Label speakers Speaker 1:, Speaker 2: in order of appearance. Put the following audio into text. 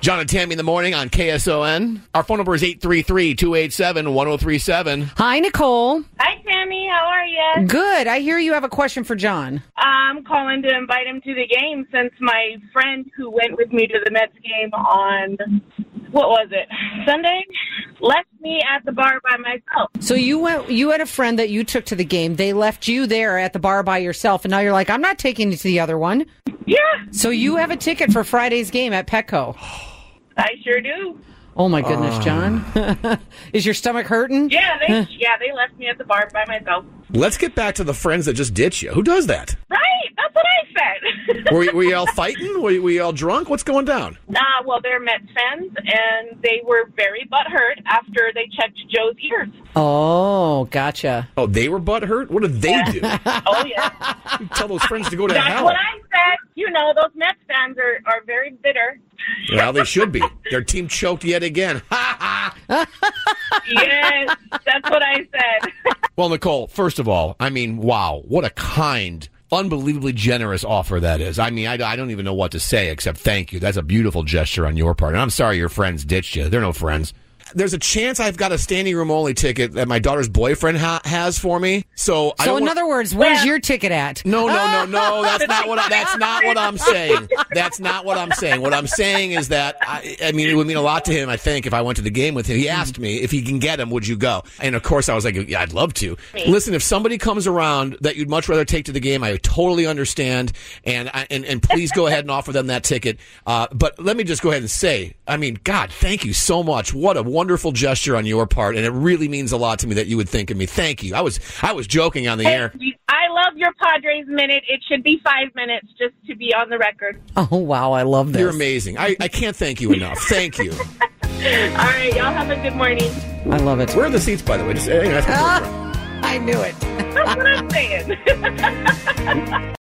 Speaker 1: John and Tammy in the morning on KSON. Our phone number is 833 287 1037.
Speaker 2: Hi, Nicole.
Speaker 3: Hi, Tammy. How are
Speaker 1: Mm.
Speaker 3: you?
Speaker 2: Good. I hear you have a question for John.
Speaker 3: I'm calling to invite him to the game since my friend who went with me to the Mets game on, what was it, Sunday, left me at the bar by myself.
Speaker 2: So you went. You had a friend that you took to the game. They left you there at the bar by yourself, and now you're like, I'm not taking you to the other one.
Speaker 3: Yeah,
Speaker 2: So you have a ticket for Friday's game at Petco.
Speaker 3: I sure do.
Speaker 2: Oh my goodness, John. Is your stomach hurting?
Speaker 3: Yeah, they yeah they left me at the bar by myself.
Speaker 1: Let's get back to the friends that just ditch you. Who does that?
Speaker 3: Right, that's what I said.
Speaker 1: Were, y- were you all fighting? Were, y- were you all drunk? What's going down?
Speaker 3: Uh, well, they're Mets fans, and they were very butthurt after they checked Joe's ears.
Speaker 2: Oh, gotcha.
Speaker 1: Oh, they were butthurt? What did they do?
Speaker 3: Oh, yeah.
Speaker 1: Tell those friends to go to
Speaker 3: That's
Speaker 1: hell.
Speaker 3: what I said. You know, those Mets fans are, are very bitter.
Speaker 1: Well, they should be. Their team choked yet again. Ha ha.
Speaker 3: yes, that's what I said.
Speaker 1: Well, Nicole, first of all, I mean, wow, what a kind, unbelievably generous offer that is. I mean, I, I don't even know what to say except thank you. That's a beautiful gesture on your part. And I'm sorry your friends ditched you. They're no friends. There's a chance I've got a standing room only ticket that my daughter's boyfriend ha- has for me. So, I
Speaker 2: So
Speaker 1: don't
Speaker 2: in
Speaker 1: wa-
Speaker 2: other words, where's your ticket at?
Speaker 1: No, no, no, no. That's not what. I, that's not what I'm saying. That's not what I'm saying. What I'm saying is that I, I mean, it would mean a lot to him. I think if I went to the game with him, he asked me if he can get him, would you go? And of course, I was like, yeah, I'd love to. Listen, if somebody comes around that you'd much rather take to the game, I totally understand, and I, and and please go ahead and offer them that ticket. Uh, but let me just go ahead and say, I mean, God, thank you so much. What a wonderful gesture on your part, and it really means a lot to me that you would think of me. Thank you. I was I was joking on the air.
Speaker 3: I love your Padres minute. It should be five minutes just to be on the record.
Speaker 2: Oh wow, I love this.
Speaker 1: You're amazing. I, I can't thank you enough. Thank you.
Speaker 3: All right, y'all have a good morning.
Speaker 2: I love it.
Speaker 1: Where are the seats, by the way? Just, anyway, that's-
Speaker 2: I knew it.
Speaker 3: That's what I'm saying.